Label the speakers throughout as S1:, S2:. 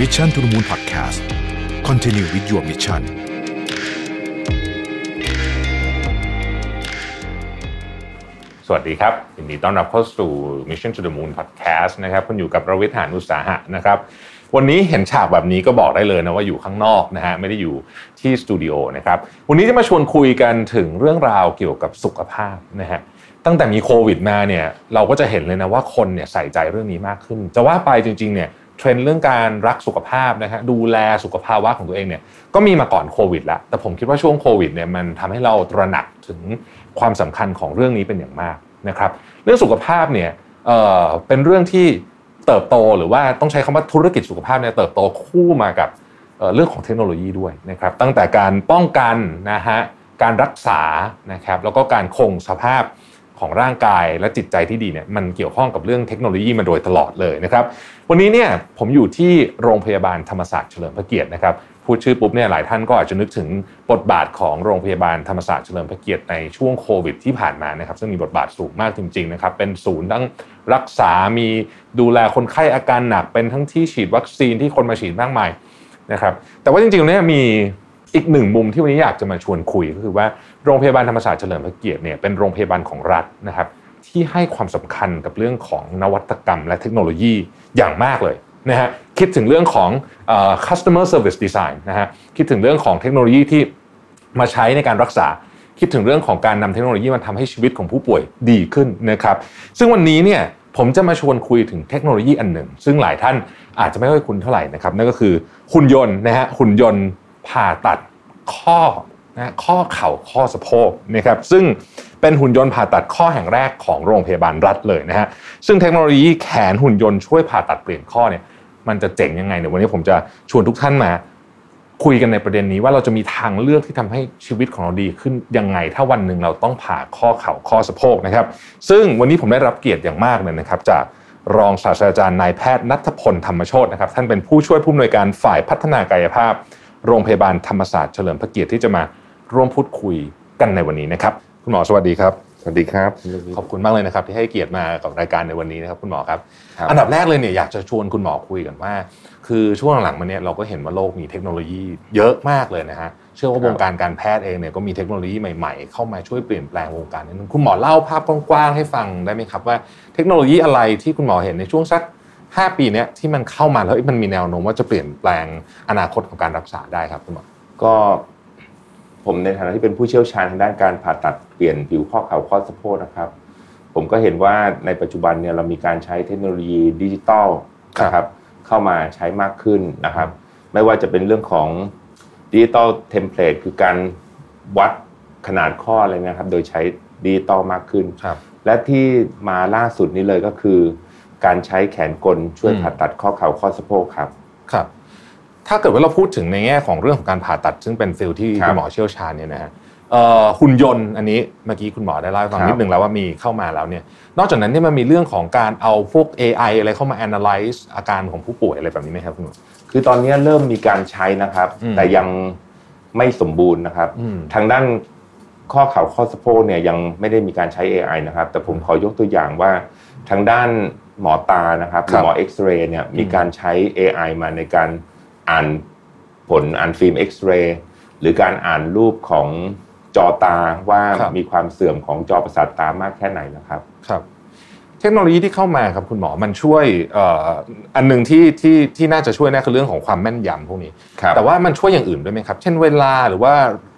S1: มิชชั่นทุ m มูลพอดแคสต์คอนเทนิววิดีโอมิชชั่น
S2: สวัสดีครับยินดีต้อนรับเข้าสู่ Mission to the Moon Podcast นะครับคุณอยู่กับประวิทย์หานอุตสาหะนะครับ วันนี้เห็นฉากแบบนี้ก็บอกได้เลยนะว่าอยู่ข้างนอกนะฮะไม่ได้อยู่ที่สตูดิโอนะครับ วันนี้จะมาชวนคุยกันถึงเรื่องราวเกี่ยวกับสุขภาพนะฮะตั้งแต่มีโควิดมาเนี่ยเราก็จะเห็นเลยนะว่าคนเนี่ยใส่ใจเรื่องนี้มากขึ้น จะว่าไปจริงๆเนี่ยเทรนด์เรื่องการรักสุขภาพนะฮะดูแลสุขภาวะของตัวเองเนี่ยก็มีมาก่อนโควิดแล้วแต่ผมคิดว่าช่วงโควิดเนี่ยมันทำให้เราตระหนักถึงความสำคัญของเรื่องนี้เป็นอย่างมาก นะครับเรื่องสุขภาพเนี่ยเอ่อเป็นเรื่องที่เติบโตหรือว่าต้องใช้คำว่าธุรกิจสุขภาพเนี่ยเติบโตคู่มากับเอ่อเรื่องของเทคโนโลยีด้วยนะครับตั้งแต่การป้องกันนะฮะการรักษานะครับแล้วก็การคงสภาพของร่างกายและจิตใจที่ดีเนี่ยมันเกี่ยวข้องกับเรื่องเทคโนโลยีมาโดยตลอดเลยนะครับวันนี้เนี่ยผมอยู่ที่โรงพยาบาลธรรมศาสตร์เฉลิมพระเกียรตินะครับพูดชื่อปุ๊บเนี่ยหลายท่านก็อาจจะนึกถึงบทบาทของโรงพยาบาลธรรมศาสตร์เฉลิมพระเกียรติในช่วงโควิดที่ผ่านมานะครับซึ่งมีบทบาทสูงมากจริงๆนะครับเป็นศูนย์ทั้งรักษา มีดูแลคนไข้อาการหนัก เป็นทั้งที่ฉีดวัคซีนที่คนมาฉีดมากมาย นะครับแต่ว่าจริงๆเนี่ยมีอีกหนึ่งมุมที่วันนี้อยากจะมาชวนคุยก็คือว่าโรงพยาบาลธรรมศาสตร์เฉลิมพระเกียรติเนี่ยเป็นโรงพยาบาลของรัฐนะครับที่ให้ความสำคัญกับเรื่องของนวัตกรรมและเทคโนโลยีอย่างมากเลยนะฮะคิดถึงเรื่องของเอ่อ customer service design นะฮะคิดถึงเรื่องของเทคโนโลยีที่ มาใช้ในการรักษาคิดถึงเรื่องของการนำเทคโนโลยีมาทำให้ชีวิตของผู้ป่วยดีขึ้นนะครับซึ่งวันนี้เนี่ยผมจะมาชวนคุยถึงเทคโนโลยีอันหนึ่ง ซึ่งหลายท่านอาจจะไม่ค่อยคุ้นเท่าไหร่นะครับนั่นก็คือหุ่นยนต์นะฮะหุ่นยนต์ผ่าตัดข้อนะข้อเข่าข้อสะโพกนะครับซึ่งเป็นหุ่นยนต์ผ่าตัดข้อแห่งแรกของโรงพยาบาลรัฐเลยนะฮะซึ่งเทคโนโลยีแขนหุ่นยนต์ช่วยผ่าตัดเปลี่ยนข้อเนี่ยมันจะเจ๋งยังไงเนี่ยวันนี้ผมจะชวนทุกท่านมา คุยกันในประเด็นนี้ว่าเราจะมีทางเลือกที่ทำให้ชีวิตของเราดีขึ้นยังไง ถ้าวันหนึ่งเราต้องผ่าข้อเข่าข้อสะโพกนะครับ ซึ่งวันนี้ผมได้รับเกียรติอย่างมากเลยนะครับ จากรองศาสตราจารย์นายแพทย์นัทพลธรรมโชตนะครับท่านเป็นผู้ช่วยผู้อำนวยการฝ่ายพัฒนากายภาพ โรงพยาบาลธรรมศาสตร์เฉลิมพระเกียรติที่จะมาร่วมพูดคุยกันในวันนี้นะครับคุณหมอสวัสดีครับ
S3: สวัสดีครับ
S2: ขอบคุณมากเลยนะครับที่ให้เกียรติมากับรายการในวันนี้นะครับคุณหมอครับ
S3: ครับ
S2: อันดับแรกเลยเนี่ยอยากจะชวนคุณหมอคุยกันว่า คือช่วงหลังๆมาเนี่ยเราก็เห็นว่าโลกมีเทคโนโลยีเยอะมากเลยนะฮะเชื่อว่า
S3: ครั
S2: ว
S3: บ
S2: งการการแพทย์เองเนี่ยก็มีเทคโนโลยีใหม่ๆ เข้ามาช่วยเปลี่ยนแปลงวงการนิดนึงคุณหมอเล่าภาพกว้างๆให้ฟังได้ไหมครับว่าเทคโนโลยีอะไรที่คุณหมอเห็นในช่วงสัก 5 ปีเนี้ยที่มันเข้ามาแล้วมันมีแนวโน้มว่าจะเปลี่ยนแปลงอนาคตของการรักษาได้ครับคุณหมอ
S3: ก็ผมในฐานะที่เป็นผู้เชี่ยวชาญทางด้านการผ่าตัดเปลี่ยนผิวข้อเข่าข้อสะโพกนะครับ ผมก็เห็นว่าในปัจจุบันเนี่ยเรามีการใช้เทคโนโลยีดิจิตอลนะครับเข้ามาใช้มากขึ้นนะครับ ไม่ว่าจะเป็นเรื่องของดิจิตอลเทมเพลตคือการวัดขนาดข้ออะไรนะครับ โดยใช้ดิจิตอลมากขึ้น
S2: ครับ
S3: และที่มาล่าสุดนี้เลยก็คือ การใช้แขนกลช่วยผ่าตัดข้อเข่าข้อสะโพกครับ
S2: ครับ ถ้าเกิดว่าเราพูดถึงในแง่ของเรื่องของการผ่าตัด ซึ่งเป็นฟิลที่
S3: ครับ
S2: คุณหมอเชี่ยวชาญเนี่ยนะฮะเอ่อหุ่นยนต์อันนี้เมื่อกี้คุณหมอได้เล่าให้ฟัง
S3: ครับ
S2: นิดนึงแล้วว่ามีเข้ามาแล้วเนี่ย นอกจากนั้นเนี่ยมันมีเรื่องของการเอาพวก AI อะไรเข้ามา analyze อาการของผู้ป่วยอะไรแบบนี้ไหมครับคุณหมอ
S3: คือตอนนี้เริ่มมีการใช้นะครับ
S2: อืม
S3: แต่ยังไม่สมบูรณ์นะครับ
S2: อืม
S3: ทางด้านข้อเข่าข้อสะโพกเนี่ยยังไม่ได้มีการใช้ AI นะครับ แต่ผมขอยกตัวอย่างว่าทางด้านหมอตานะครับหรือหมอเอ็กซเรย์เนี่ยมีการใช้ AI มาในการอ่านผลอ่านฟิล์มเอ็กซเรย์หรือการอ่านรูปของจอตาว่า
S2: ครับ
S3: มีความเสื่อมของจอประสาทตามากแค่ไหนนะครับ
S2: ครับ เทคโนโลยีที่เข้ามาครับคุณหมอมันช่วยเอ่ออันหนึ่งที่ที่ที่น่าจะช่วยนะคือเรื่องของความแม่นยำพวกนี้ แต่ว่ามันช่วยอย่างอื่นด้วยไหมครับ เช่นเวลาหรือว่า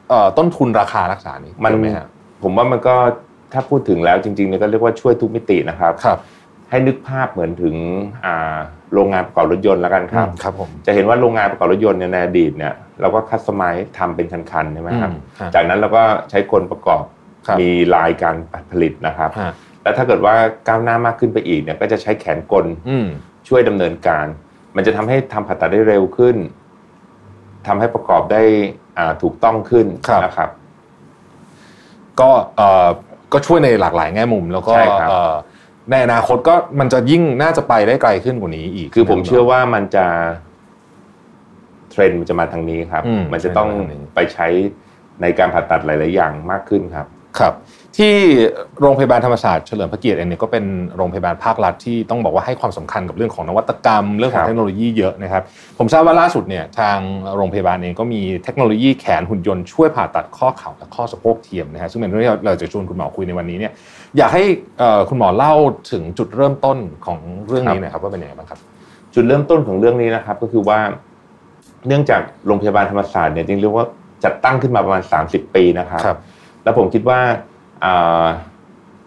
S2: เอ่อต้นทุนราคารักษานี่
S3: มัน
S2: ด้วยไหมฮะ
S3: ผมว่ามันก็ถ้าพูดถึงแล้วจริงๆเนี่ยก็เรียกว่าช่วยทุกมิตินะครับ
S2: ครับ
S3: ให้นึกภาพเหมือนถึงอ่าโรงงานประกอบรถยนต์แล้วกันครับ
S2: ครับผม
S3: จะเห็นว่าโรงงานประกอบรถยนต์เนี่ยในอดีตเนี่ยเราก็คัสตอมไมซ์ทำเป็นคันๆใช่ไหมครับ
S2: อืฮะ
S3: จากนั้นเราก็ใช้คนประกอบ
S2: ครับ
S3: มีลายการผลิตนะครับ
S2: ฮะ
S3: แล้วถ้าเกิดว่าก้าวหน้ามากขึ้นไปอีกเนี่ยก็จะใช้แขนกล
S2: อืม
S3: ช่วยดำเนินการ มันจะทำให้ทำผ่าตัดได้เร็วขึ้นทำให้ประกอบได้อ่าถูกต้องขึ้น
S2: ครับ
S3: นะครับ
S2: ก็เอ่อก็ช่วยในหลากหลายแง่มุม แล้วก็
S3: ใช่ครับ
S2: เอ่อในอนาคตก็มันจะยิ่งน่าจะไปได้ไกลขึ้นกว่านี้อีก
S3: คือผมเชื่อว่ามันจะเทรนด์มันจะมาทางนี้ครับ
S2: อืม
S3: มันจะต้อง
S2: เทรนด์มาทางนี้
S3: ไปใช้ในการผ่าตัดหลาย ๆ อย่างมากขึ้นครับ
S2: ครับ ที่โรงพยาบาลธรรมศาสตร์เฉลิมพระเกียรติเองเนี่ยก็เป็นโรงพยาบาลภาครัฐที่ต้องบอกว่าให้ความสำคัญกับเรื่องของนวัตกรรม เรื่องขอ
S3: ครั
S2: ง
S3: บ
S2: เทคโนโลยีเยอะนะครับ ผมทราบว่าล่าสุดเนี่ยทางโรงพยาบาลเองก็มีเทคโนโลยีแขนหุ่นยนต์ช่วยผ่าตัดข้อเข่าและข้อสะโพกเทียมนะฮะซึ่งเป็นเรื่องที่เราจะชวนคุณหมอคุยในวันนี้เนี่ยอยากให้เอ่อคุณหมอเล่าถึงจุดเริ่มต้นของเรื่องนี้หนะครับว่าเป็นยังไงบ้างครับ
S3: จุดเริ่มต้นของเรื่องนี้นะครับก็คือว่า เนื่องจากโรงพยาบาลธรรมศาสตร์เนี่ยจริงๆเรียกว่าจัดตั้งขึ้นมาประมาณ 30 ปีนะครับ แล้วผมคิดว่าอ่า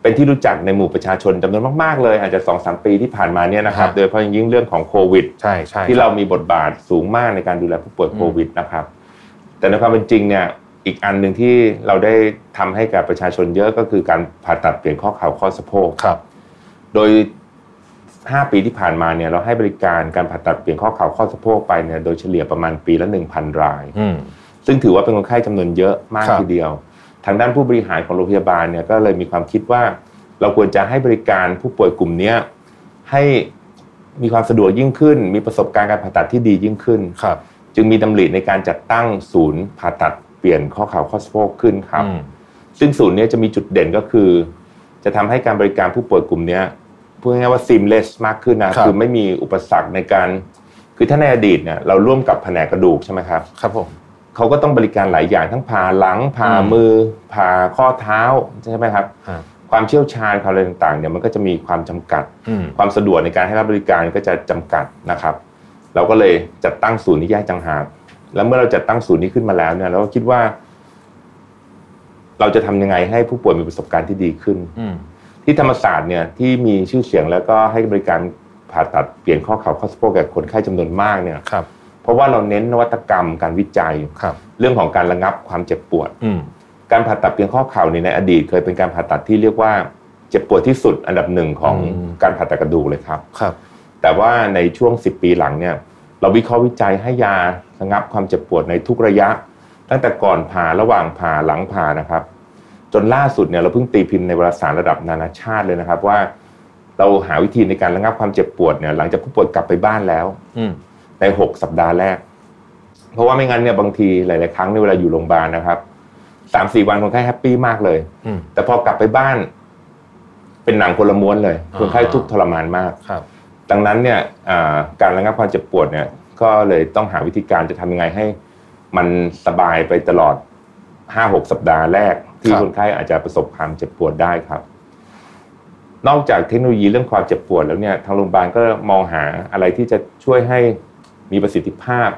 S3: เป็นที่รู้จักในหมู่ประชาชนจำนวนมากๆเลย อาจจะสองสามปีที่ผ่านมาเนี่ยนะครั
S2: ค
S3: บ
S2: รับ
S3: โดยเฉพาะอย่างยิ่งเรื่องของโควิด
S2: ใช่ใช่
S3: ที่เรามีบทบาทสูงมากในการดูแลผู้ป่วย
S2: อืม
S3: โควิดนะครับ แต่ในความเป็นจริงเนี่ยอีกอันหนึ่งที่เราได้ทำให้กับประชาชนเยอะก็คือการผ่าตัดเปลี่ยนข้อเข่าข้อสะโพก
S2: ครับ
S3: โดย 5 ปีที่ผ่านมาเนี่ยเราให้บริการการผ่าตัดเปลี่ยนข้อเข่าข้อสะโพกไปเนี่ยโดยเฉลี่ยประมาณปีละ 1,000 ราย
S2: อืม
S3: ซึ่งถือว่าเป็นคนไข้จำนวนเยอะมาก
S2: ครับ
S3: ทีเดียว ทางด้านผู้บริหารของโรงพยาบาลเนี่ยก็เลยมีความคิดว่า เราควรจะให้บริการผู้ป่วยกลุ่มเนี้ยให้มีความสะดวกยิ่งขึ้น มีประสบการณ์การผ่าตัดที่ดียิ่งขึ้น
S2: ครับ
S3: จึงมีดำริในการจัดตั้งศูนย์ผ่าตัดเปลี่ยนข้อเข่าข้อสะโพกขึ้นครับ
S2: อืม
S3: ซึ่งศูนย์เนี้จะมีจุดเด่นก็คือ จะทำให้การบริการผู้ป่วยกลุ่มเนี้ยพูดง่ายๆว่า seamless มากขึ้นนะครับ คือไม่มีอุปสรรคในการ คือถ้าในอดีตเนี่ยเราร่วมกับแผนกกระดูกใช่ไหมครับ
S2: ครับผม
S3: เขาก็ต้องบริการหลายอย่างทั้งผ่าหลังผ่า
S2: อืม
S3: มือผ่าข้อเท้าใช่ไหมครับ
S2: ฮะ
S3: ความเชี่ยวชาญความอะไรต่างๆเนี่ยมันก็จะมีความจำกัด
S2: อืม
S3: ความสะดวกในการให้รับบริการก็จะจำกัดนะครับ เราก็เลยจัดตั้งศูนย์นี้แยกจังหากแล้วเมื่อเราจัดตั้งศูนย์นี้ขึ้นมาแล้วเนี่ยเราก็คิดว่า เราจะทำยังไงให้ผู้ป่วยมีประสบการณ์ที่ดีขึ้น
S2: อืม
S3: ที่ธรรมศาสตร์เนี่ยที่มีชื่อเสียงแล้วก็ให้บริการผ่าตัดเปลี่ยนข้อเข่าข้อสะโพกแก่คนไข้จำนวนมากเนี่ย
S2: ครับ
S3: เพราะว่าเราเน้นนวัตกรรมการวิจัย
S2: ครับ
S3: เรื่องของการระงับความเจ็บปวด
S2: อืม
S3: การผ่าตัดเพียงข้อเข่าเนี่ยในอดีต เคยเป็นการผ่าตัดที่เรียกว่าเจ็บปวดที่สุดอันดับหนึ่งของ
S2: อืม
S3: การผ่าตัดกระดูกเลยครับ
S2: ครับ
S3: แต่ว่าในช่วง 10 ปีหลังเนี่ยเราวิเคราะห์วิจัยให้ยาระงับความเจ็บปวดในทุกระยะ ตั้งแต่ก่อนผ่าระหว่างผ่าหลังผ่านะครับ จนล่าสุดเนี่ยเราเพิ่งตีพิมพ์ในวารสารระดับนานาชาติเลยนะครับว่า เราหาวิธีในการระงับความเจ็บปวดเนี่ยหลังจากผู้ป่วยกลับไปบ้านแล้ว
S2: อืม
S3: ใน 6 สัปดาห์แรก เพราะว่าไม่งั้นเนี่ยบางทีหลาย ๆ ครั้งในยเวลาอยู่โรงพยาบาลนะครับสามสี่วันคนไข้แฮปปี้มากเลย
S2: อืม
S3: แต่พอกลับไปบ้าน เป็นหนังคนละม้วนเลย คนไข้
S2: อ่า
S3: ทุกข์ทรมานมาก
S2: ครับ
S3: ดังนั้นเนี่ยอ่าการระงับความเจ็บปวดเนี่ยก็เลยต้องหาวิธีการจะทำยังไงให้ มันสบายไปตลอด 5-6 สัปดาห์แรก ที่
S2: ครับ
S3: คนไข้อาจจะประสบความเจ็บปวดได้ครับ นอกจากเทคโนโลยีเรื่องความเจ็บปวดแล้วเนี่ยทางโรงพยาบาลก็มองหาอะไรที่จะช่วยให้มีประสิทธิภาพ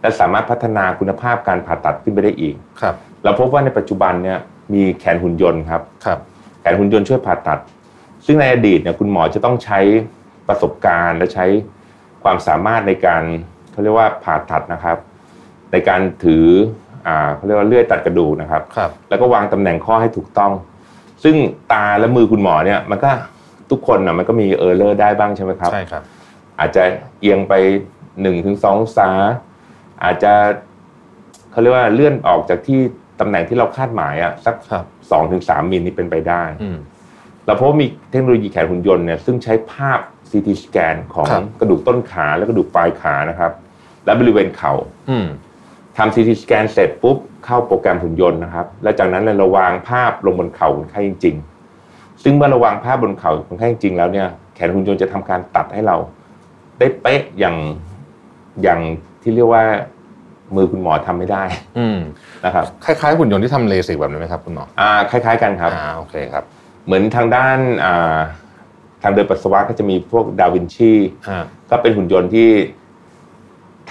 S3: และสามารถพัฒนาคุณภาพการผ่าตัดขึ้นไปได้อีก
S2: ครับ
S3: เราพบว่าในปัจจุบันเนี่ยมีแขนหุ่นยนต์ครับ
S2: ครับ
S3: แขนหุ่นยนต์ช่วยผ่าตัด ซึ่งในอดีตเนี่ยคุณหมอจะต้องใช้ประสบการณ์และใช้ความสามารถในการเขาเรียกว่าผ่าตัดนะครับ ในการถืออ่าเขาเรียกว่าเลื่อยตัดกระดูกนะครับ
S2: ครับ
S3: แล้วก็วางตำแหน่งข้อให้ถูกต้อง ซึ่งตาและมือคุณหมอเนี่ยมันก็ทุกคนนะมันก็มีเออร์เลอร์ได้บ้างใช่ไหมครับ
S2: ใช่ครับ
S3: อาจจะเอียงไป1นถึงสองศาอาจจะเขาเรียกว่าเลื่อนออกจากที่ตำแหน่งที่เราคาดหมายอะสัก
S2: ครับ
S3: สองถึงสามมิลนี่เป็นไปได้
S2: อืม
S3: เราพบว่ามีเทคโนโลยีแขนหุ่นยนต์เนี่ยซึ่งใช้ภาพ CT สแกนของ
S2: ครับ
S3: กระดูกต้นขาและกระดูกปลายขานะครับ และบริเวณเขา่า
S2: อืม
S3: ทำ CT สแกนเสร็จปุ๊บ เข้าโปรแกรมหุ่นยนต์นะครับและจากนั้นเราวางภาพลงบนเข่าคนไข้จริง ๆ ซึ่งเมื่อเราวางภาพบนเข่าคนไข้จริงๆแล้วเนี่ยแขนหุ่นยนต์จะทำการตัดให้เรา ได้เป๊ะอย่างอย่างที่เรียกว่ามือคุณหมอทำไม่ได้
S2: อืม
S3: นะครับ
S2: คล้ายๆหุ่นยนต์ที่ทำเลสิกแบบนี้นไหมครับคุณหมอ
S3: อ่าคล้ายๆกันครับ
S2: อ่าโอเคครับ
S3: เหมือนทางด้านอ่าทางเดินปัสสาวะก็จะมีพวกดาวินชี
S2: ฮะ
S3: ก็เป็นหุ่นยนต์ที่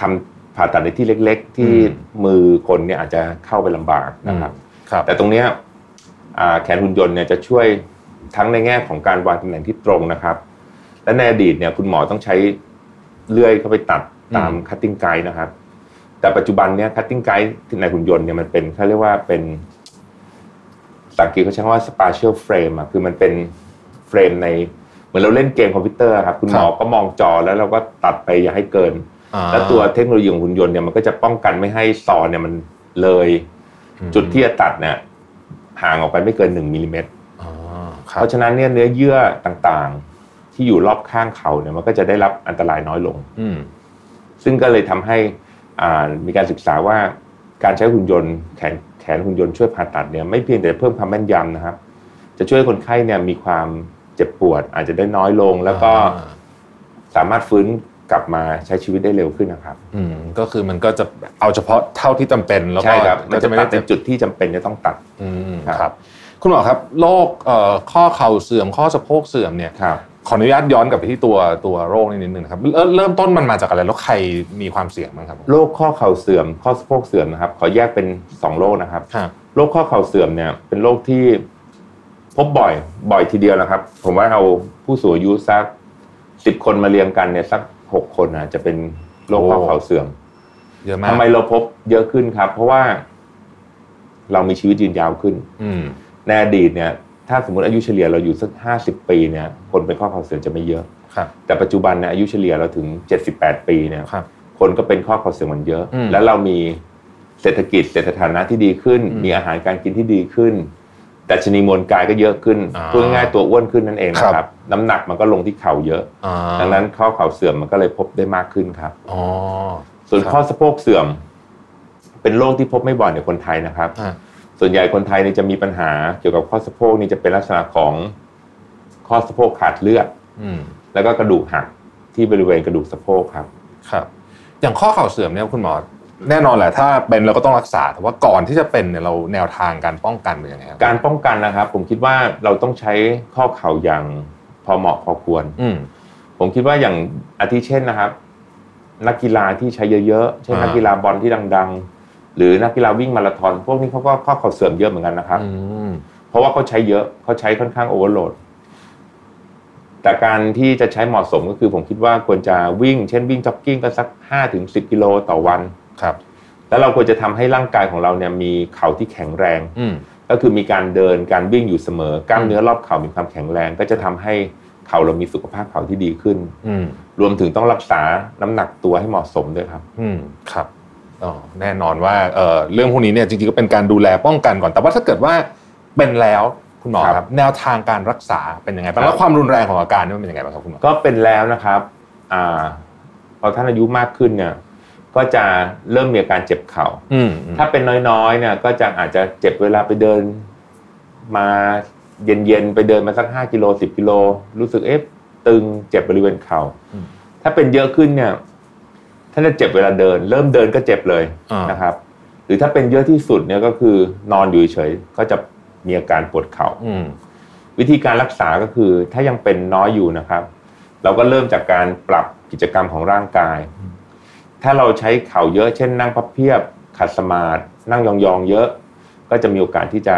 S3: ทำผ่าตัดในที่เล็ก ๆ ที่
S2: อืม
S3: มือคนเนี่ยอาจจะเข้าไปลำบากนะครับ
S2: ครับ
S3: แต่ตรงเนี้ยอ่าแขนหุ่นยนต์เนี่ยจะช่วยทั้งในแง่ของการวางตำแหน่งที่ตรงนะครับ และในอดีตเนี่ยคุณหมอต้องใช้เลื่อยเข้าไปตัดตาม
S2: อืม
S3: คัตติ้งไกด์นะครับ แต่ปัจจุบันเนี่ยคัตติ้งไกด์ในหุ่นยนต์เนี่ยมันเป็นเขาเรียกว่าเป็นภาษาอังกฤษเขาใช้คำว่า spatial frame อะคือมันเป็นเฟรมในเหมือนเราเล่นเกมคอมพิวเตอร์อะครับคุณหมอก็มองจอแล้วเราก็ตัดไปอย่าให้เกิน
S2: อ่า
S3: แล้วตัวเทคโนโลยีของหุ่นยนต์เนี่ยมันก็จะป้องกันไม่ให้ซอนเนี่ยมันเลย
S2: อืม
S3: จุดที่จะตัดเนี่ยห่างออกไปไม่เกิน1มิลลิเมตร
S2: อ่าครั
S3: เพ
S2: บ
S3: ราะฉะนั้นเนี่ยเนื้อเยื่อต่างๆ ที่อยู่รอบข้างเขาเนี่ยมันก็จะได้รับอันตรายน้อยลง
S2: อืม
S3: ซึ่งก็เลยทำให้อ่ามีการศึกษาว่า การใช้หุ่นยนต์แขนแขนหุ่นยนต์ช่วยผ่าตัดเนี่ยไม่เพียงแต่เพิ่มความแม่นยำนะครับ จะช่วยคนไข้เนี่ยมีความเจ็บปวด อาจจะได้น้อยลง แล้วก็
S2: อ่า
S3: สามารถฟื้นกลับมาใช้ชีวิตได้เร็วขึ้นนะครับ
S2: อืมก็คือมันก็จะเอาเฉพาะเท่าที่จำเป็นแล้ว
S3: ใช่
S2: ก็
S3: ครับมัน
S2: ก็
S3: จะ
S2: จะไม่
S3: ตั
S2: ได้
S3: ดใน
S2: เจ็บ
S3: จุดที่จำเป็นจะต้องตัด
S2: อืม
S3: ครับ
S2: ครับ คุณหมอครับโรคเอ่อข้อเข่าเสื่อมข้อสะโพกเสื่อมเนี่ย
S3: ครับ
S2: ขออนุญาตย้อนกลับไปที่ตัวตัวโรคนิดนึงนะครับเริ่มเริ่มต้นมันมาจากอะไรแล้วใครมีความเสี่ยงบ้างครับ
S3: โรคข้อเข่าเสื่อม ข้อสะโพกเสื่อมนะครับ ขอแยกเป็นสองโรคนะครับ
S2: ครับ
S3: โรคข้อเข่าเสื่อมเนี่ยเป็นโรคที่พบบ่อยบ่อยทีเดียวนะครับ ผมว่าเอาผู้สูงอายุสักสิบคนมาเรียงกันเนี่ยสักหกคนนะจะเป็นโรคข้อ
S2: โอ้
S3: เข่าเสื่อม
S2: เยอะมาก
S3: ทำไมเราพบเยอะขึ้นครับ เพราะว่าเรามีชีวิตยืนยาวขึ้น
S2: อืม
S3: ในอดีตเนี่ย ถ้าสมมติอายุเฉลี่ยเราอยู่สักห้าสิบปีเนี่ยคนเป็นข้อเข่าเสื่อมจะไม่เยอะ
S2: ครับ
S3: แต่ปัจจุบันเนี่ยอายุเฉลี่ยเราถึงเจ็ดสิบแปดปีเนี่ย
S2: ครับ
S3: คนก็เป็นข้อเข่าเสื่อมกันเยอะ
S2: อืม
S3: แล้วเรามีเศรษฐกิจเศรษฐฐานะที่ดีขึ้น
S2: อืม
S3: มีอาหารการกินที่ดีขึ้นดัชนีมวลกายก็เยอะขึ้น
S2: อ่า
S3: พูดง่ายๆตัวอ้วนขึ้นนั่นเอง
S2: ครับ
S3: นะครับ น้ำหนักมันก็ลงที่เข่าเยอะ
S2: อ่า
S3: ดังนั้นข้อเข่าเสื่อมมันก็เลยพบได้มากขึ้นครับ
S2: อ๋อ
S3: ส่วน
S2: ครับ
S3: ข้อสะโพกเสื่อม เป็นโรคที่พบไม่บ่อยในคนไทยนะครับ
S2: อ่ะ
S3: ส่วนใหญ่คนไทยเนี่ยจะมีปัญหาเกี่ยวกับข้อสะโพกนี่จะเป็นลักษณะของข้อสะโพกขาดเลือด
S2: อืม
S3: แล้วก็กระดูกหักที่บริเวณกระดูกสะโพกครับ
S2: ครับ อย่างข้อเข่าเสื่อมเนี่ยคุณหมอแน่นอนแหละถ้าเป็นเราก็ต้องรักษาแต่ว่าก่อนที่จะเป็นเนี่ยเราแนวทางการป้องกันเป็นยังไงครับ
S3: การป้องกันนะครับผมคิดว่าเราต้องใช้ข้อเข่าอย่างพอเหมาะพอควร
S2: อืม
S3: ผมคิดว่าอย่างอาทิเช่นนะครับ นักกีฬาที่ใช้เยอะๆเช่น
S2: อ่านั
S3: นักกีฬาบอลที่ดัง ๆ หรือนักกีฬาวิ่งมาราธอนพวกนี้เขาก็ข้อเข่าเสื่อมเยอะเหมือนกันนะครับ
S2: อืม
S3: เพราะว่าเขาใช้เยอะเขาใช้ค่อนข้างโอเวอร์โหลด แต่การที่จะใช้เหมาะสมก็คือ ผมคิดว่าควรจะวิ่ง เช่นวิ่งจ็อกกิ้งก็สัก5ถึง10กิโลต่อวัน
S2: ครับ
S3: แล้วเราควรจะทำให้ร่างกายของเราเนี่ยมีเข่าที่แข็งแรง
S2: อืม
S3: ก็คือมีการเดินการวิ่งอยู่เสมอกล้ามเนื้อรอบเข่ามีความแข็งแรง ก็จะทำให้เข่าเรามีสุขภาพเข่าที่ดีขึ้น
S2: อืม
S3: รวมถึงต้องรักษาน้ำหนักตัวให้เหมาะสมด้วยครับ
S2: อืมครับอ๋อแน่นอนว่าเอ่อเรื่องพวกนี้เนี่ยจริงๆก็เป็นการดูแลป้องกันก่อน แต่ว่าถ้าเกิดว่าเป็นแล้วคุณหมอค
S3: ครั
S2: รับบ แนวทางการรักษาเป็นยังไงบ้าง
S3: ครับ
S2: แล้วความรุนแรงของอาการนี่มันเป็นยังไงบ้างครับคุณหมอ
S3: ก็เป็นแล้วนะครับอ่าพอท่านอายุมากขึ้นเนี่ยก็จะเริ่มมีอาการเจ็บเข่า
S2: อืม
S3: ถ้าเป็นน้อยๆเนี่ยก็จะอาจจะเจ็บเวลาไปเดิน มาเย็นๆไปเดินมาสักห้ากิโลสิบกิโลรู้สึกเอ๊ะตึงเจ็บบริเวณเข่า ถ้าเป็นเยอะขึ้นเนี่ยท่านจะเจ็บเวลาเดิน เริ่มเดินก็เจ็บเลย
S2: อ่า
S3: นะครับหรือถ้าเป็นเยอะที่สุดเนี่ยก็คือนอนอยู่เฉยๆก็จะมีอาการปวดเข่า
S2: อืม
S3: วิธีการรักษาก็คือถ้ายังเป็นน้อยอยู่นะครับ เราก็เริ่มจากการปรับกิจกรรมของร่างกาย ถ้าเราใช้เข่าเยอะเช่นนั่งพับเพียบขัดสมาธินั่งยองๆเยอะ ก็จะมีโอกาสที่จะ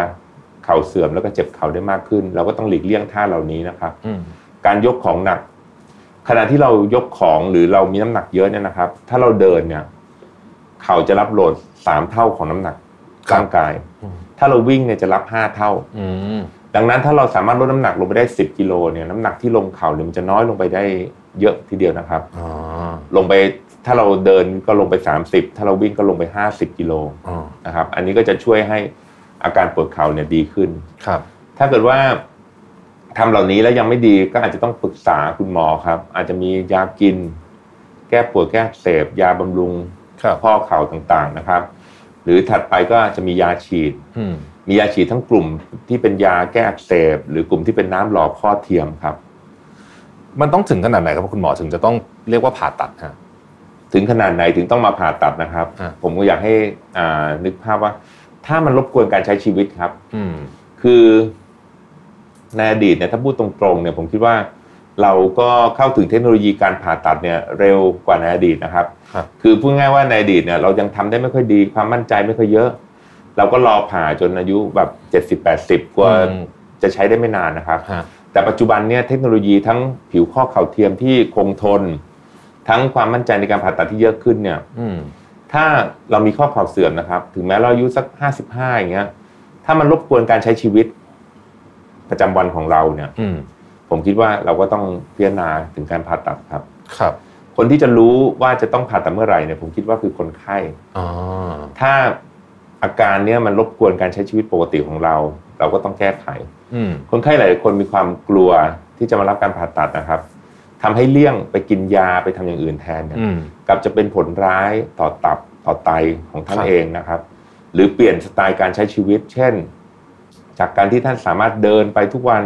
S3: เข่าเสื่อมแล้วก็เจ็บเข่าได้มากขึ้น เราก็ต้องหลีกเลี่ยงท่าเหล่านี้นะครับ
S2: อืม
S3: การยกของหนัก ขณะที่เรายกของหรือเรามีน้ำหนักเยอะเนี่ยนะครับ ถ้าเราเดินเนี่ย เข่าจะรับโหลดสามเท่าของน้ำหนักร่างกาย ถ้าเราวิ่งเนี่ยจะรับห้าเท่า
S2: อืม
S3: ดังนั้นถ้าเราสามารถลดน้ำหนักลงไปได้สิบกิโลเนี่ยน้ำหนักที่ลงเข่าเนี่ยมันจะน้อยลงไปได้เยอะทีเดียวนะครับ
S2: อ๋อ
S3: ลงไปถ้าเราเดินก็ลงไปสามสิบถ้าเราวิ่งก็ลงไปห้าสิบกิโล
S2: อ๋อ
S3: นะครับ อันนี้ก็จะช่วยให้อาการปวดเข่าเนี่ยดีขึ้น
S2: ครับ
S3: ถ้าเกิดว่าทำเหล่านี้แล้วยังไม่ดีก็อาจจะต้องปรึกษาคุณหมอครับ อาจจะมียากิน แก้ปวดแก้อักเสพยาบำรุง
S2: ครับ
S3: ข้อเข่าต่างๆนะครับ หรือถัดไปก็จะมียาฉีด
S2: อืม
S3: มียาฉีดทั้งกลุ่มที่เป็นยาแก้อักเสบ หรือกลุ่มที่เป็นน้ำหล่อข้อเทียมครับ
S2: มันต้องถึงขนาดไหนครับคุณหมอถึงจะต้องเรียกว่าผ่าตัดฮะ
S3: ถึงขนาดไหนถึงต้องมาผ่าตัดนะครับ
S2: อ่ะ
S3: ผมก็อยากให้อ่านึกภาพว่า ถ้ามันรบกวนการใช้ชีวิตครับ
S2: อืม
S3: คือในอดีตเนี่ยถ้าพูดตรงๆเนี่ยผมคิดว่าเราก็เข้าถึงเทคโนโลยีการผ่าตัดเนี่ยเร็วกว่าในอดีตนะครับ
S2: ครับ
S3: คือพูดง่ายว่าในอดีตเนี่ยเรายังทำได้ไม่ค่อยดีความมั่นใจไม่ค่อยเยอะ เราก็รอผ่าจนอายุแบบเจ็ดสิบแปดสิบกว่า
S2: อืม
S3: จะใช้ได้ไม่นานนะครับ
S2: ฮะ
S3: แต่ปัจจุบันเนี่ยเทคโนโลยีทั้งผิวข้อเข่าเทียมที่คงทน ทั้งความมั่นใจในการผ่าตัดที่เยอะขึ้นเนี่ย
S2: อืม
S3: ถ้าเรามีข้อเข่าเสื่อมนะครับ ถึงแม้เราอายุสักห้าสิบห้าอย่างเงี้ย ถ้ามันรบกวนการใช้ชีวิตประจำวันของเราเนี่ย
S2: อืม
S3: ผมคิดว่าเราก็ต้องพิจารณาถึงการผ่าตัดครับ
S2: ครับ
S3: คนที่จะรู้ว่าจะต้องผ่าตัดเมื่อไหร่เนี่ยผมคิดว่าคือคนไข้
S2: อ๋อ
S3: ถ้าอาการเนี่ยมันรบกวนการใช้ชีวิตปกติของเรา เราก็ต้องแก้ไข
S2: อืม
S3: คนไข้หลายคนมีความกลัวที่จะมารับการผ่าตัดนะครับทำให้เลี่ยงไปกินยาไปทำอย่างอื่นแทนเนี่ย
S2: อืม
S3: กลับจะเป็นผลร้ายต่อตับต่อไตของท่า
S2: คนรับ
S3: เองนะครับ หรือเปลี่ยนสไตล์การใช้ชีวิต เช่น จากการที่ท่านสามารถเดินไปทุกวัน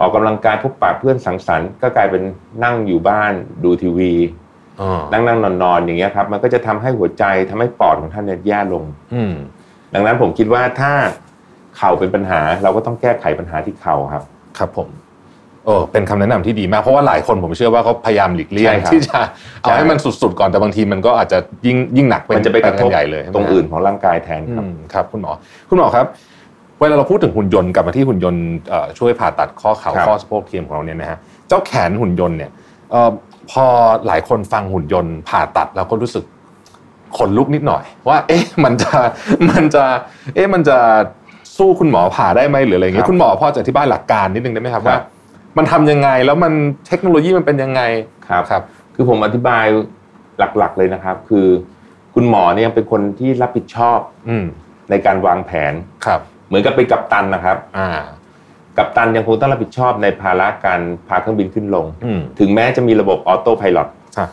S3: ออกกำลังกายพบปะเพื่อนสังสรรค์ก็กลายเป็นนั่งอยู่บ้านดูทีวี
S2: อ่า
S3: นั่งนั่งนอนนอนๆอย่างเงี้ยครับมันก็จะทำให้หัวใจทำให้ปอดของท่านเนี่ยแย่ลง
S2: อืม
S3: ดังนั้นผมคิดว่าถ้าเข่าเป็นปัญหาเราก็ต้องแก้ไขปัญหาที่เข่าครับ
S2: ครับผมเออเป็นคำแนะนำที่ดีมากเพราะว่าหลายคนผมเชื่อว่าเขาพยายามหลีกเลี่ยง
S3: ใช่ครับ
S2: ที่จะเอา
S3: ใช่
S2: ให้มันสุดๆก่อนแต่บางทีมันก็อาจจะยิ่งยิ่งหนักเป็น
S3: มันจะไปกระทบ
S2: ใหญ่เลยใช่ไหม
S3: ตรง
S2: ฮะ
S3: อื่นของร่างกายแทนครับ
S2: อืมครับคุณหมอคุณหมอครับ เวลาเราพูดถึงหุ่นยนต์กลับมาที่หุ่นยนต์เอ่อช่วยผ่าตัดข้อเข่า
S3: ครับ
S2: ข้อสะโพกเทียมของเราเนี่ยนะฮะเจ้าแขนหุ่นยนต์เนี่ยเอ่อพอหลายคนฟังหุ่นยนต์ผ่าตัดเราก็รู้สึกขนลุกนิดหน่อย ว่า เอ๊ะมันจะ มันจะ เอ๊ะมันจะสู้คุณหมอผ่าได้ไหมหรืออะไรเงี้
S3: ครั
S2: ย
S3: บ
S2: คุณหมอพอจะอธิบายหลักการนิดนึงได้ไหมครับ
S3: ค
S2: ว่า
S3: รับ
S2: มันทำยังไงแล้วมันเทคโนโลยีมันเป็นยังไง
S3: ครับ
S2: ครับ
S3: คือผมอธิบายหลักๆเลยนะครับ คือคุณหมอเนี่ยเป็นคนที่รับผิดชอบ
S2: อืม
S3: ในการวางแผน
S2: ครับ
S3: เหมือนกับเป็นกัปตันนะครับ
S2: อ่า
S3: กัปตันยังคงต้องรับผิดชอบในภาระการพาเครื่องบินขึ้นลง
S2: อืม
S3: ถึงแม้จะมีระบบออโต้ไพลอต
S2: ค่ะ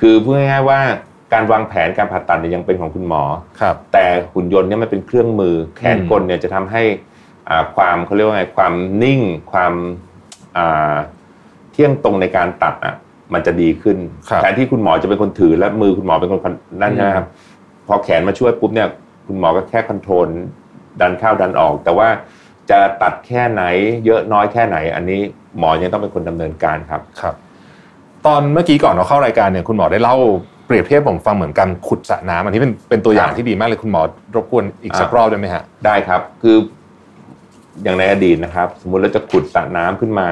S3: คือพูดง่ายๆว่าการวางแผนการผ่าตัดเนี่ยยังเป็นของคุณหมอ
S2: ครับ
S3: แต่หุ่นยนต์เนี่ยมันเป็นเครื่องมือแขนกลเนี่ยจะทำให้อ่าความเขาเรียกว่าไงความนิ่งความอ่าเที่ยงตรงในการตัดอ่ะมันจะดีขึ้น
S2: ครับ
S3: แทนที่คุณหมอจะเป็นคนถือและมือคุณหมอเป็นคนคอนนั่น
S2: อืม
S3: นะครับพอแขนมาช่วยปุ๊บเนี่ยคุณหมอก็แค่คอนโทรลดันเข้าดันออก แต่ว่าจะตัดแค่ไหน เยอะน้อยแค่ไหน อันนี้หมอยังต้องเป็นคนดำเนินการครับ
S2: ครับตอนเมื่อกี้ก่อนเราเข้ารายการเนี่ยคุณหมอได้เล่าเปรียบเทียบผมฟังเหมือนกันขุดสระน้ำอันนี้เป็นเป็นตัวอย่าง
S3: ครับ
S2: ที่ดีมากเลยคุณหมอรบกวนอีก
S3: อ่า
S2: สักรอบได้ไหมฮะ
S3: ได้ครับคืออย่างในอดีตนะครับ สมมุติเราจะขุดสระน้ำขึ้นมา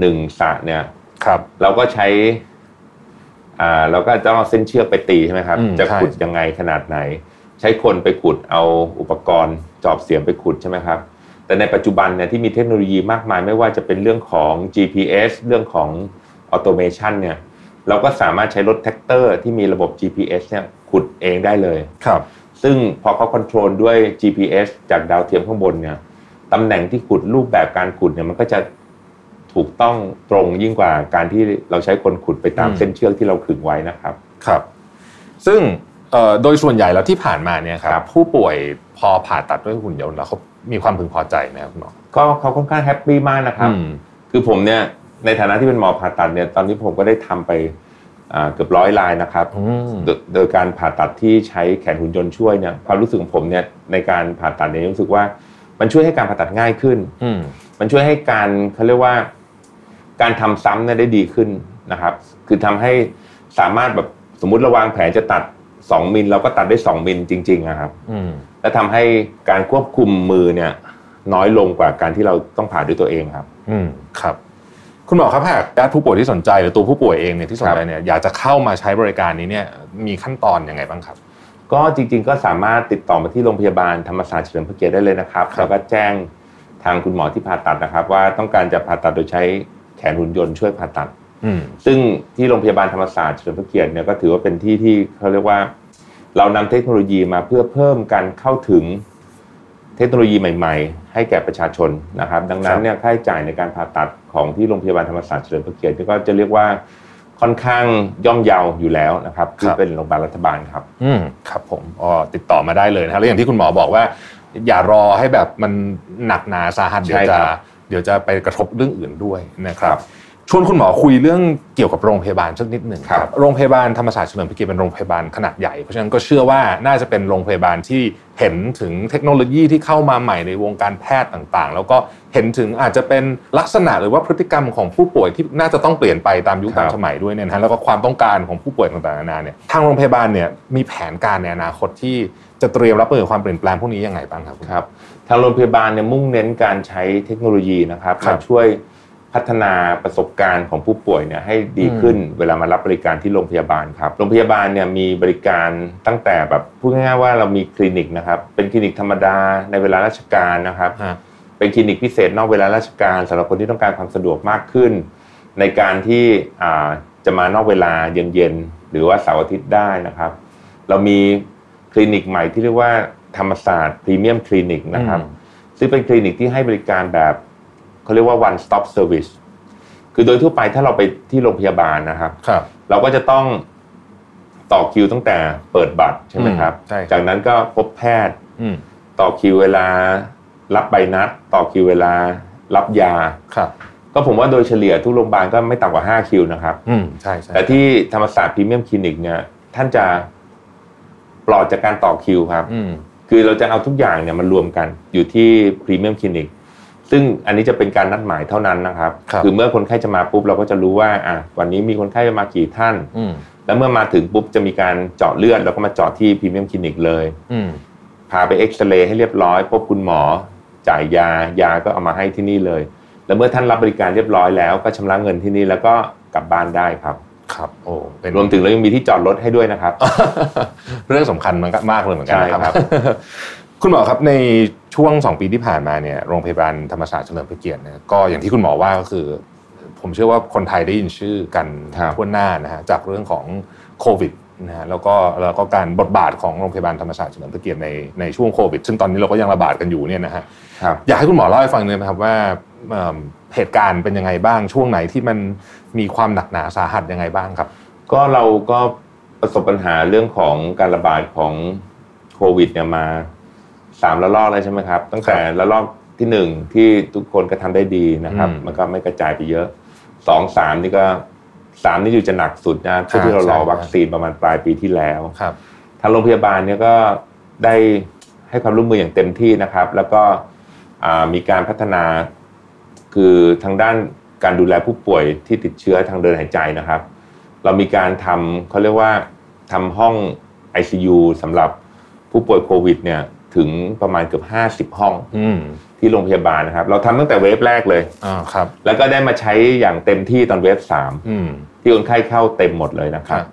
S3: หนึ่งสระเนี่ย
S2: ครับ
S3: เราก็ใช้ อ่า เราก็ต้องเอาเส้นเชือกไปตีใช่ไหมครับ
S2: อืม
S3: จะ
S2: ใช่
S3: ขุดยังไงขนาดไหน ใช้คนไปขุดเอาอุปกรณ์จอบเสียมไปขุดใช่ไหมครับ แต่ในปัจจุบันเนี่ยที่มีเทคโนโลยีมากมายไม่ว่าจะเป็นเรื่องของ GPS เรื่องของออโตเมชันเนี่ย เราก็สามารถใช้รถแท็กเตอร์ที่มีระบบ GPS เนี่ยขุดเองได้เลย
S2: ครับ
S3: ซึ่งพอเขาคอนโทรลด้วย GPS จากดาวเทียมข้างบนเนี่ย ตำแหน่งที่ขุดรูปแบบการขุดเนี่ยมันก็จะถูกต้องตรงยิ่งกว่าการที่เราใช้คนขุดไปตาม
S2: อืม
S3: เส้นเชือกที่เราขึงไว้นะครับ
S2: ครับ ซึ่งเอ่อโดยส่วนใหญ่แล้วที่ผ่านมาเนี่ยค
S3: ครั
S2: รับ
S3: บ
S2: ผู้ป่วยพอผ่าตัดด้วยหุ่นยนต์แล้วเขามีความพึงพอใจไหมครับคุณหมอ
S3: ก็เขาค่อนข้างแฮปปี้มากนะครับ
S2: อืม
S3: คือผมเนี่ยในฐานะที่เป็นหมอผ่าตัดเนี่ยตอนนี้ผมก็ได้ทำไปอ่าเกือบร้อยลายนะครับ
S2: อืม
S3: โดยโดยการผ่าตัดที่ใช้แขนหุ่นยนต์ช่วยเนี่ยความรู้สึกของผมเนี่ยในการผ่าตัดเนี่ยรู้สึกว่ามันช่วยให้การผ่าตัดง่ายขึ้น
S2: อืม
S3: มันช่วยให้การเขาเรียกว่าการทำซ้ำเนี่ยได้ดีขึ้นนะครับ คือทำให้สามารถแบบสมมุติเระวางแผนจะตัด 2 มิลเราก็ตัดได้ 2 มิลจริงๆนะครับ
S2: อืม
S3: และทำให้การควบคุมมือเนี่ยน้อยลงกว่าการที่เราต้องผ่าด้วยตัวเองครับ
S2: อืมครับ คุณหมอครับหากญาติผู้ป่วยที่สนใจหรือตัวผู้ป่วยเองเนี่ยที่สนใจเนี่ยอยากจะเข้ามาใช้บริการนี้เนี่ยมีขั้นตอนยังไงบ้างครับ
S3: ก็จริงๆก็สามารถติดต่อมาที่โรงพยาบาลธรรมศาสตร์เฉลิมพระเกียรติได้เลยนะครับ
S2: ครับ
S3: แล้วก็แจ้งทางคุณหมอที่ผ่าตัดนะครับ ว่าต้องการจะผ่าตัดโดยใช้แขนหุ่นยนต์ช่วยผ่าตัด
S2: อืม
S3: ซึ่งที่โรงพยาบาลธรรมศาสตร์เฉลิมพระเกียรติเนี่ยก็ถือว่าเป็นที่ที่เขาเรียกว่า เรานำเทคโนโลยีมาเพื่อเพิ่มการเข้าถึงเทคโนโลยีใหม่ ๆ ให้แก่ประชาชนนะครับ ดังนั้
S2: ครับ
S3: นเนี่ยค่าใช้จ่ายในการผ่าตัดของที่โรงพยาบาลธรรมศาสตร์เฉลิมพระเกียรติก็จะเรียกว่าค่อนข้างย่อมเยาอยู่แล้วนะครับคือเป็นโรงพยาบาลรัฐบาลครับ
S2: อืมครับผมอ๋อติดต่อมาได้เลยนะครับแล้วอย่างที่คุณหมอบอกว่า อย่ารอให้แบบมันหนักหนาสาหัสเดี๋ยว
S3: ใช่
S2: จะ
S3: ครับ
S2: เดี๋ยวจะไปกระทบเรื่องอื่นด้วยนะครับชวนคุณหมอคุยเรื่องเกี่ยวกับโรงพยาบาลสักนิดหนึ่งครับโรงพยาบาลธรรมศาสตร์เฉลิมพระเกียรติเป็นโรงพยาบาลขนาดใหญ่เพราะฉะนั้นก็เชื่อว่าน่าจะเป็นโรงพยาบาลที่เห็นถึงเทคโนโลยีที่เข้ามาใหม่ในวงการแพทย์ต่างๆ แล้วก็เห็นถึงอาจจะเป็นลักษณะหรือว่าพฤติกรรมของผู้ป่วยที่น่าจะต้องเปลี่ยนไปตามยุค
S3: ครั
S2: ตาม
S3: บ
S2: สมัย สมัยด้วยเนี่ยนะฮะแล้วก็ความต้องการของผู้ป่วยต่างๆนานาเนี่ยทางโรงพยาบาลเนี่ยมีแผนการในอนาคตที่จะเตรียมรับมือกับความเปลี่ยนแปลงพวกนี้ยังไงบ้างครับคุณ
S3: ครับทางโรงพยาบาลเนี่ยมุ่งเน้นการใช้เทคโนโลยีนะครับ
S2: ครั
S3: มา
S2: บ
S3: ช่วยพัฒนาประสบการณ์ของผู้ป่วยเนี่ยให้ดีขึ้นเวลามารับบริการที่โรงพยาบาลครับโรงพยาบาลเนี่ยมีบริการตั้งแต่แบบพูดง่ายๆว่าเรามีคลินิกนะครับเป็นคลินิกธรรมดาในเวลาราชการนะครับ
S2: ฮะ
S3: เป็นคลินิกพิเศษนอกเวลาราชการสำหรับคนที่ต้องการความสะดวกมากขึ้น ในการที่อ่าจะมานอกเวลาเย็นๆหรือว่าเสาร์อาทิตย์ได้นะครับ เรามีคลินิกใหม่ที่เรียกว่าธรรมศาสตร์พรีเมียมคลินิกนะครับ
S2: อืม
S3: ซึ่งเป็นคลินิกที่ให้บริการแบบเขาเรียกว่า one stop service คือโดยทั่วไปถ้าเราไปที่โรงพยาบาลนะครับ
S2: ครับ
S3: เราก็จะต้อง ต่อคิวตั้งแต่เปิดบัตรใช่ไหมครับ
S2: อืมใช่ครับ
S3: จากนั้นก็พบแพทย์
S2: อืม
S3: ต่อคิวเวลา รับใบนัด ต่อคิวเวลา รับยา
S2: ครับ
S3: ก็ผมว่าโดยเฉลี่ยทุกโรงพยาบาลก็ไม่ต่ำกว่า 5 คิวนะครับ
S2: อืมใช่ใช่
S3: แต่ที่ธรรมศาสตร์พรีเมียมคลินิกเนี่ยท่านจะปลอดจากการต่อคิวครับ
S2: อืม
S3: คือเราจะเอาทุกอย่างเนี่ยมันรวมกันอยู่ที่พรีเมียมคลินิกซึ่งอันนี้จะเป็นการนัดหมายเท่านั้นนะครับอเมื่อคนไข้จะมาปุ๊บเราก็จะรู้ว่าอ่ะวันนี้มีคนไข้มากี่ท่าน
S2: อืม
S3: แล้วเมื่อมาถึงปุ๊บจะมีการเจาะเลือดแล้วก็มาเจาะที่พรีเมียมคลินิกเลย
S2: อืม
S3: พาไปเอ็กซเรย์ให้เรียบร้อยพบคุณหมอ จ่ายยายาก็เอามาให้ที่นี่เลย แล้วเมื่อท่านรับบริการเรียบร้อยแล้วก็ชำระเงินที่นี่แล้วก็กลับบ้านได้ครับ
S2: ครับโอ้เป็น
S3: รวมถึงเรายังมีที่จอดรถให้ด้วยนะครับ
S2: เรื่องสำคัญมันก็มากเลยเหมือนกันนะค
S3: ใช่ครั
S2: รับ
S3: บ
S2: คุณหมอครับในช่วง 2 ปีที่ผ่านมาเนี่ยโรงพยาบาลธรรมศาสตร์เฉลิมพระเกียรติเนี่ยก็อย่างที่คุณหมอว่าก็คือ ผมเชื่อว่าคนไทยได้ยินชื่อกัน
S3: ครับ
S2: ทั่วหน้านะฮะจากเรื่องของโควิดนะฮะแล้วก็แล้วก็การบทบาทของโรงพยาบาลธรรมศาสตร์เฉลิมพระเกียรติในในช่วงโควิด ซึ่งตอนนี้เราก็ยังระบาดกันอยู่เนี่ยนะฮะ
S3: ครับ
S2: อยากให้คุณหมอเล่าให้ฟังหน่อยนะครับว่าเอิ่มเหตุการณ์เป็นยังไงบ้างช่วงไหนที่มันมีความหนักหนาสาหัสยังไงบ้างครับ
S3: ก็เราก็ประสบปัญหาเรื่องของการระบาดของโควิดเนี่ยมาสามระลอกแล้วใช่ไหมครับ ตั้งแต่ระลอกที่หนึ่งที่ทุกคนก็ทำได้ดีนะครับ
S2: อืม
S3: มันก็ไม่กระจายไปเยอะสองสามนี่ก็สามนี่อยู่จะหนักสุดนะช่วงที่เรา
S2: ใช่
S3: รอ
S2: ใช่
S3: วัคซีนประมาณปลายปีที่แล้ว
S2: ครับ
S3: ทางโรงพยาบาลเนี่ยก็ได้ให้ความร่วมมืออย่างเต็มที่นะครับ แล้วก็อ่ามีการพัฒนาคือทางด้านการดูแลผู้ป่วยที่ติดเชื้อทางเดินหายใจนะครับ เรามีการทำเขาเรียกว่าทำห้อง ICU สำหรับผู้ป่วยโควิดเนี่ยถึงประมาณเกือบ50 ห้อง
S2: อืม
S3: ที่โรงพยาบาลนะครับ เราทำตั้งแต่เวฟแรกเลย
S2: อ่าครับ
S3: แล้วก็ได้มาใช้อย่างเต็มที่ตอนเวฟสาม
S2: อืม
S3: ที่คนไข้เข้าเต็มหมดเลยนะครับ
S2: ครับ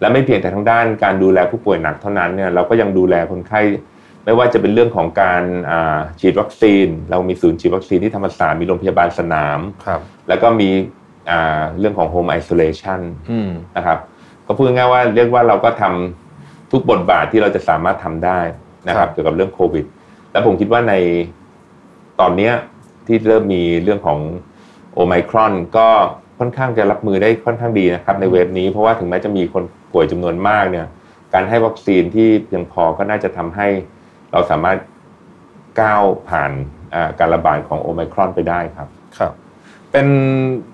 S3: และไม่เพียงแต่ทางด้านการดูแลผู้ป่วยหนักเท่านั้นเนี่ยเราก็ยังดูแลคนไข้ ไม่ว่าจะเป็นเรื่องของการอ่าฉีดวัคซีน เรามีศูนย์ฉีดวัคซีนที่ธรรมศาสตร์มีโรงพยาบาลสนาม
S2: ครับ
S3: แล้วก็มีอ่าเรื่องของโฮมไอโซเลชัน
S2: อืม
S3: นะครับก็พูดง่ายๆว่าเรียกว่าเราก็ทำทุกบทบาทที่เราจะสามารถทำได้นะค
S2: ครั
S3: รับบ เกี่ยวกับเรื่องโควิด และผมคิดว่าในตอนเนี้ยที่เริ่มมีเรื่องของโอไมครอนก็ค่อนข้างจะรับมือได้ค่อนข้างดีนะครับ ในเวฟนี้เพราะว่าถึงแม้จะมีคนป่วยจำนวนมากเนี่ยการให้วัคซีนที่เพียงพอก็น่าจะทำให้เราสามารถก้าวผ่านอ่าการระบาดของโอไมครอนไปได้ครับ
S2: ครับ เป็น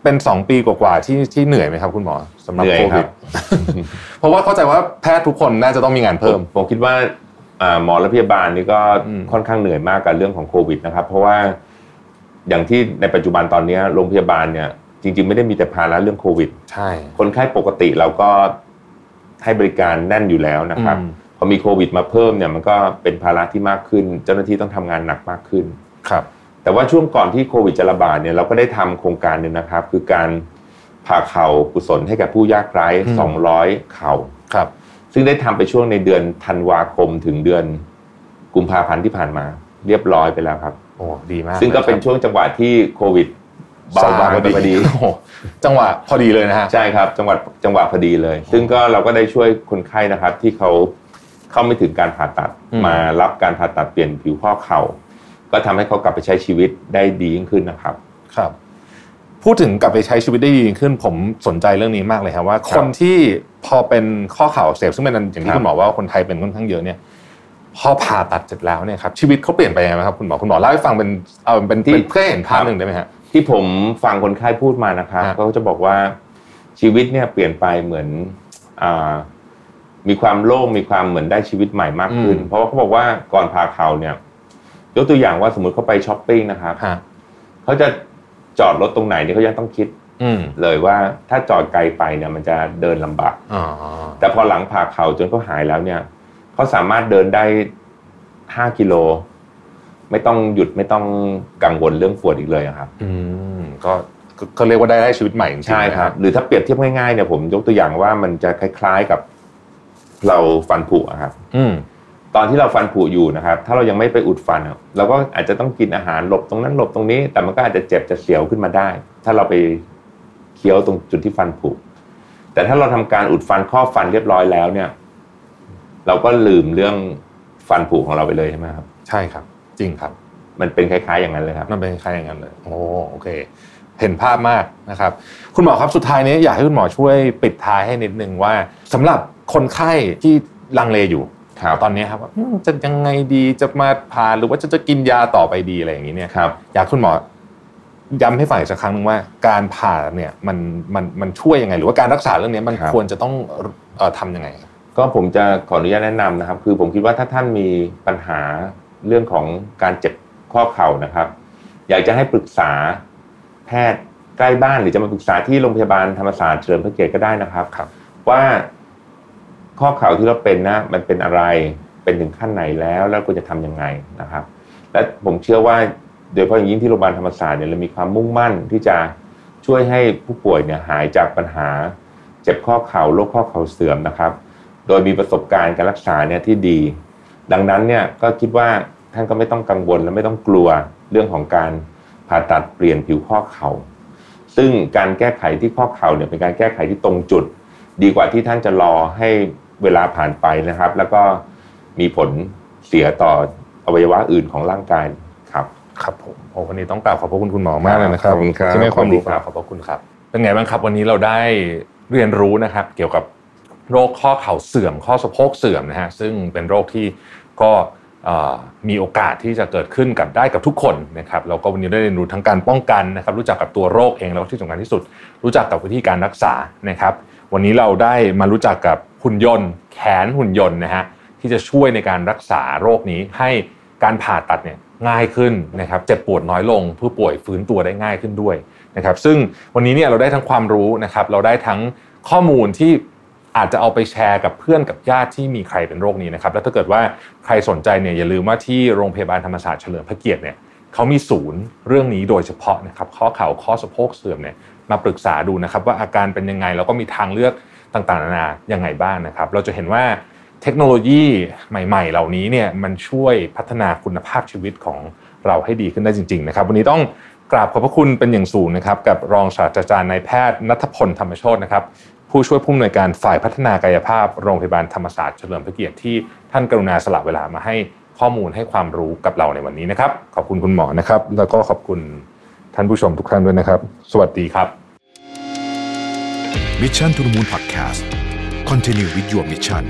S2: เป็นสองปีกว่าๆที่ที่เหนื่อยไหมครับคุณหมอสำหรับ
S3: เหนื่อย
S2: โค
S3: ครั
S2: วิด
S3: บ
S2: เพราะว่าเข้าใจว่าแพทย์ทุกคนน่าจะต้องมีงาน
S3: เพิ่
S2: เพิ่
S3: ม
S2: ม
S3: ผมคิดว่าอ่าหมอและพยาบาลนี่ก็
S2: อืม
S3: ค่อนข้างเหนื่อยมากกับเรื่องของโควิดนะครับ เพราะว่าอย่างที่ในปัจจุบันตอนเนี้ยโรงพยาบาลเนี่ยจริง ๆ ไม่ได้มีแต่ภาระเรื่องโควิด
S2: ใช่
S3: คนไข้ปกติเราก็ให้บริการแน่นอยู่แล้วนะครับ
S2: อืม
S3: พอมีโควิดมาเพิ่มเนี่ยมันก็เป็นภาระที่มากขึ้น เจ้าหน้าที่ต้องทำงานหนักมากขึ้น
S2: ครับ
S3: แต่ว่าช่วงก่อนที่โควิดจะระบาดเนี่ยเราก็ได้ทำโครงการหนึ่งนะครับ คือการผ่าเข่ากุศลให้กับผู้ยากไร้
S2: อืม
S3: สองร้อยเข่า
S2: ครับ
S3: ซึ่งได้ทำไปช่วงในเดือนธันวาคมถึงเดือนกุมภาพันธ์ที่ผ่านมา เรียบร้อยไปแล้วครับ
S2: โอ้ ดีมาก
S3: ซึ่งก็เป็น
S2: ช่วง
S3: ช่วงจังหวะที่โควิดเบาบางไปพอดี
S2: โอ้โหจังหวะพอดีเลยนะฮะ
S3: ใช่ครับจังหวัดจังหวะพอดีเลย ซึ่งก็เราก็ได้ช่วยคนไข้นะครับ ที่เขาเข้าไม่ถึงการผ่าตัด
S2: อืม
S3: มารับการผ่าตัดเปลี่ยนผิวข้อเข่า ก็ทำให้เขากลับไปใช้ชีวิตได้ดียิ่งขึ้นนะครับ
S2: ครับ พูดถึงกลับไปใช้ชีวิตได้ดีขึ้น ผมสนใจเรื่องนี้มากเลยครับว่า
S3: ค
S2: ครับ นที่พอเป็นข้อเข่าอักเสบซึ่งเป็นอันอย่าง
S3: ครั
S2: ที่
S3: บ
S2: คุณหมอว่าคนไทยเป็นค่อนข้างเยอะเนี่ย พอผ่าตัดเสร็จแล้วเนี่ยครับชีวิตเขาเปลี่ยนไปยังไงไหมครับคุณหมอคุณหมอเล่าให้ฟังเป็นเอาเป็นเป็นเพื่อให้เห็นภาพหนึ่งได้ไหมฮะ
S3: ที่ผมฟังคนไข้พูดมานะครับ
S2: ครับ
S3: เขาก็จะบอกว่าชีวิตเนี่ยเปลี่ยนไปเหมือนอามีความโล่งมีความเหมือนได้ชีวิตใหม่มากขึ้น เพราะว่าเขาบอกว่าก่อนพาเขาเนี่ยยกตัวอย่างว่าสมมติเขาไปช้อปปิ้งนะครับ
S2: ฮะ
S3: เขาจะจอดรถตรงไหนเนี่ยเขายังต้องคิด
S2: อืม
S3: เลยว่าถ้าจอดไกลไปเนี่ยมันจะเดินลำบาก
S2: อ๋อ
S3: แต่พอหลังผ่าเขาจนเขาหายแล้วเนี่ยเขาสามารถเดินได้ห้ากิโล ไม่ต้องหยุดไม่ต้องกังวลเรื่องปวดอีกเลยอะครับ
S2: อืมก็ก็ก็เรียกว่าได้ได้ชีวิตใหม่จริงๆ
S3: ใช่ครับ
S2: นะ
S3: หรือถ้าเปรียบเทียบง่ายๆเนี่ยผมยกตัวอย่างว่ามันจะคล้าย ๆกับเราฟันผุอะครับ
S2: อืม
S3: ตอนที่เราฟันผุอยู่นะครับ ถ้าเรายังไม่ไปอุดฟันอะเราก็อาจจะต้องกินอาหารหลบตรงนั้นหลบตรงนี้ แต่มันก็อาจจะเจ็บจะเสียวขึ้นมาได้ ถ้าเราไปเคี้ยวตรงจุดที่ฟันผุ แต่ถ้าเราทำการอุดฟันข้อบฟันเรียบร้อยแล้วเนี่ย เราก็ลืมเรื่องฟันผุของเราไปเลยใช่ไหมครับ
S2: ใช่ครับ จริงครับ
S3: มันเป็นคล้ายๆอย่างนั้นเลยครับ
S2: มันเป็นคล้ายๆอย่างนั้นเลย โอ้โอเค เห็นภาพมากนะครับ คุณหมอครับสุดท้ายนี้อยากให้คุณหมอช่วยปิดท้ายให้นิดนึงว่าสำหรับคนไข้ที่ลังเลอยู่
S3: ครับ
S2: ตอนนี้ครับว่าอืมจะยังไงดีจะมาผ่าหรือว่าจะจะกินยาต่อไปดีอะไรอย่างนี้เนี่ย
S3: ครับ
S2: อยากให้คุณหมอย้ำให้ฝ่ายสักครั้งหนึงว่า การผ่าเนี่ยมันมันมันช่วยยังไง หรือว่าการรักษาเรื่องนี้มัน
S3: ครับ
S2: ควรจะต้องเอ่อทำยังไงครับ
S3: ก็ผมจะขออนุญาตแนะนำนะครับ คือผมคิดว่าถ้าท่านมีปัญหาเรื่องของการเจ็บข้อเข่านะครับ อยากจะให้ปรึกษาแพทย์ใกล้บ้านหรือจะมาปรึกษาที่โรงพยาบาลธรรมศาสตร์เฉลิมพระเกียรติก็ได้นะครับ
S2: ครับ
S3: ว่าข้อเข่าที่เราเป็นนะมันเป็นอะไรเป็นถึงขั้นไหนแล้วแล้วควรจะทำยังไงนะครับ และผมเชื่อว่าโดยเฉพาะอย่างยิ่งที่โรงพยาบาลธรรมศาสตร์เนี่ยเรามีความมุ่งมั่นที่จะช่วยให้ผู้ป่วยเนี่ยหายจากปัญหา เจ็บข้อเข่าโรคข้อเข่าเสื่อมนะครับ โดยมีประสบการณ์การรักษาเนี่ยที่ดี ดังนั้นเนี่ยก็คิดว่าท่านก็ไม่ต้องกังวลและไม่ต้องกลัวเรื่องของการผ่าตัดเปลี่ยนผิวข้อเข่า ซึ่งการแก้ไขที่ข้อเข่าเนี่ยเป็นการแก้ไขที่ตรงจุด ดีกว่าที่ท่านจะรอให้เวลาผ่านไปนะครับ แล้วก็มีผลเสียต่ออวัยวะอื่นของร่างกายครับ
S2: ครับผมโอ้วันนี้ต้องกราบขอบพระคุณคุณหมอมากเลยนะครับ
S3: ขอบคุณครับ
S2: ที่ให้ความรู้
S3: ขอบคุณครับ
S2: ขอบพระคุณครับ เป็นไงบ้างครับ วันนี้เราได้เรียนรู้นะครับ เกี่ยวกับโรคข้อเข่าเสื่อม ข้อสะโพกเสื่อมนะฮะซึ่งเป็นโรคที่ก็เอ่อมีโอกาสที่จะเกิดขึ้นกับได้กับทุกคนนะครับแล้วก็วันนี้ได้เรียนรู้ทั้งการป้องกันนะครับ รู้จักกับตัวโรคเองแล้วก็ที่สำคัญที่สุด รู้จักกับวิธีการรักษานะครับ วันนี้เราได้มารู้จักกับหุ่นยนต์ แขนหุ่นยนต์นะฮะที่จะช่วยในการรักษาโรคนี้ให้การผ่าตัดเนี่ยง่ายขึ้นนะครับเจ็บปวดน้อยลงผู้ป่วยฟื้นตัวได้ง่ายขึ้นด้วยนะครับซึ่งวันนี้เนี่ยเราได้ทั้งความรู้นะครับเราได้ทั้งข้อมูลที่อาจจะเอาไปแชร์กับเพื่อนกับญาติที่มีใครเป็นโรคนี้นะครับแล้วถ้าเกิดว่าใครสนใจเนี่ยอย่าลืมว่าที่โรงพยาบาลธรรมศาสตร์เฉลิมพระเกียรติเนี่ย เขามีศูนย์เรื่องนี้โดยเฉพาะนะครับข้อเข่าข้อสะโพกเสื่อมเนี่ยมาปรึกษาดูนะครับว่าอาการเป็นยังไงแล้วก็มีทางเลือกต่างๆนานายังไงบ้างนะครับ เราจะเห็นว่าเทคโนโลยีใหม่ๆ เหล่านี้เนี่ยมันช่วยพัฒนาคุณภาพชีวิตของเราให้ดีขึ้นได้จริง ๆ นะครับ วันนี้ต้องกราบขอบพระคุณเป็นอย่างสูงนะครับ กับรองศาสตราจารย์นายแพทย์นัทพลธรรมโชตนะครับ ผู้ช่วยผู้อำนวยการฝ่ายพัฒนากายภาพโรงพยาบาลธรรมศาสตร์เฉลิมพระเกียรติที่ท่านกรุณาสละเวลามาให้ข้อมูลให้ความรู้กับเราในวันนี้นะครับ ขอบคุณคุณหมอนะครับ แล้วก็ขอบคุณท่านผู้ชมทุกท่านด้วยนะครับ สวัสดีครับ
S1: มิชชั่นทุ h มูลพอดแคสต์คอนเทนิววิดีโอมิชชั่น